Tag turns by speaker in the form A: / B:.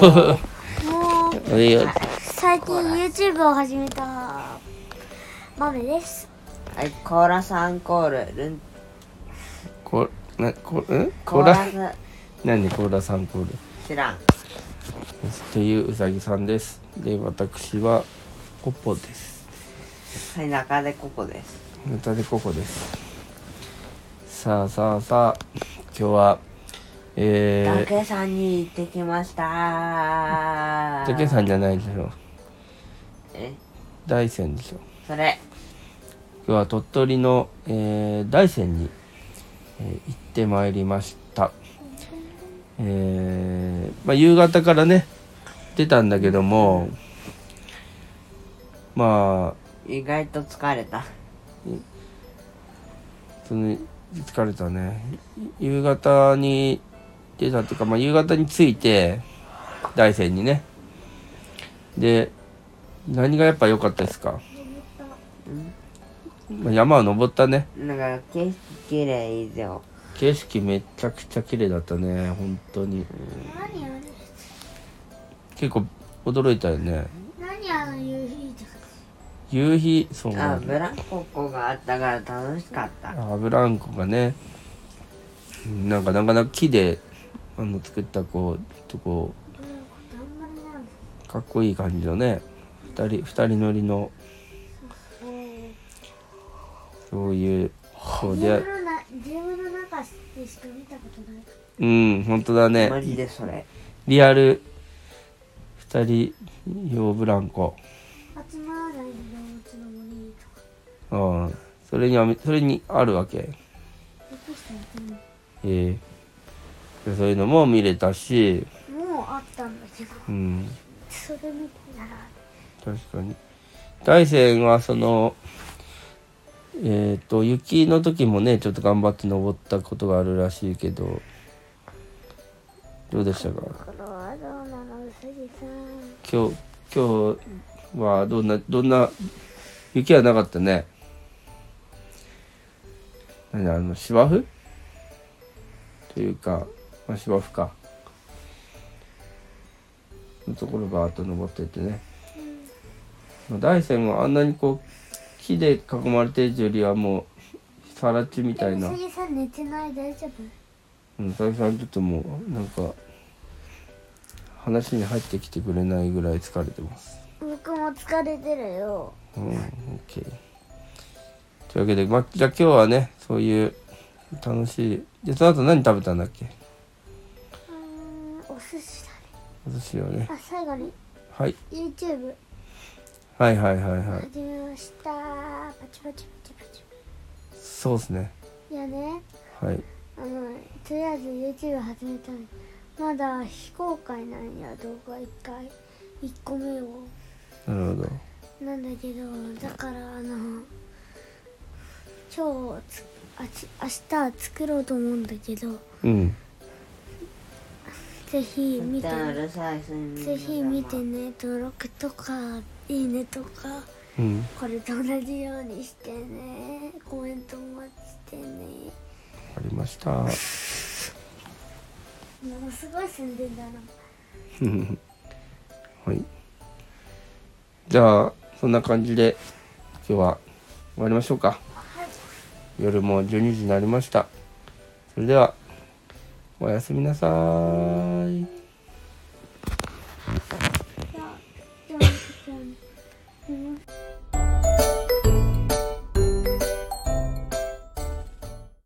A: もう
B: おいよ
A: 最近 YouTube を始めた豆です
C: はい、コーラスアンコール、ルン、
B: こなこん
C: コ
B: こ
C: ー
B: ら
C: ラス、
B: なんでコーラさんコール
C: 知らん。
B: といううさぎさんですで私はコポです
C: はい、中でここです。
B: ネタでココですさあさあさあ今日はえ
C: た
B: ー
C: けさんに行ってきました
B: たけさんじゃないでしょ
C: え、
B: 大山でしょ
C: それ、
B: 今日は鳥取の、えー大山に、えー行ってまいりましたえーまあ夕方からね出たんだけどもまあ
C: 意外と疲れた。
B: その疲れたね夕方に出たっていうか、まあ、夕方に着いて大山にねで何がやっぱ良かったですか、まあ、山を登ったね
C: なんか、景色綺麗以上。
B: 景色めちゃくちゃ綺麗だったね本当に
A: 何あの
B: 結構驚いたよね
A: 何あの夕日とか
B: 夕日そうな
C: あ、
B: んだ
C: ブランコがあったから楽しかった。
B: あブランコがねなんかなかなか木であの作ったこうとこ
A: 頑張りなの
B: かっこいい感じのね二人二人乗りの
A: え
B: そういうこう
A: ーゲー
B: で
A: ムのなゲームの中でしか見たことない
B: うん本当だ
C: マ
B: ね
C: ジでそれ。
B: リアル二人用ブランコ
A: 集まらない動物の森とか
B: うんそれにはそれにあるわけ
A: びっくりしたやつ
B: ええそういうのも見れたし
A: ももうあったんだけど
B: うん
A: それ見たら
B: 確かに大山はそのえっ、と雪の時もねちょっと頑張って登ったことがあるらしいけどどうでしたか
A: これはどうなのうさぎさん
B: 今日今日はどんなどんな雪はなかったね何あの芝生というか、まあ、芝生かのところバーッと登ってってね、まあ大山はあんなにこう木で囲まれてるよりはもうさら地みたいな
A: うさぎさん寝てない大丈夫
B: うん佐々木さんちょっともうなんか話に入ってきてくれないぐらい疲れてます
A: 僕も疲れてるよ
B: うん、OK。というわけで、ま、じゃあ今日はね、そういう楽しい。で、その後何食べたんだっけ
A: うーんお寿司だね
B: 私はね。
A: あ最後に
B: はい。
A: YouTube
B: はいはいはいはい。
A: 始めましたパチパチパチパチ
B: そうですね。
A: いやね
B: はい。
A: あのとりあえず YouTube 始めたのまだ非公開なんや動画1回1個目を
B: なるほど。
A: なんだけどだからあの今日つあち明日作ろうと思うんだけど
B: うん。
A: ぜひ見て
C: うるさい、すみ
A: ぜひ見てね登録とかいいねとか
B: うん。
A: これと同じようにしてねコメントもしてね
B: わかりました。
A: もうすごい宣伝 だな
B: うんはい。じゃあ、そんな感じで、今日は終わりましょうか。夜も12時になりました。それでは、おやすみなさーい。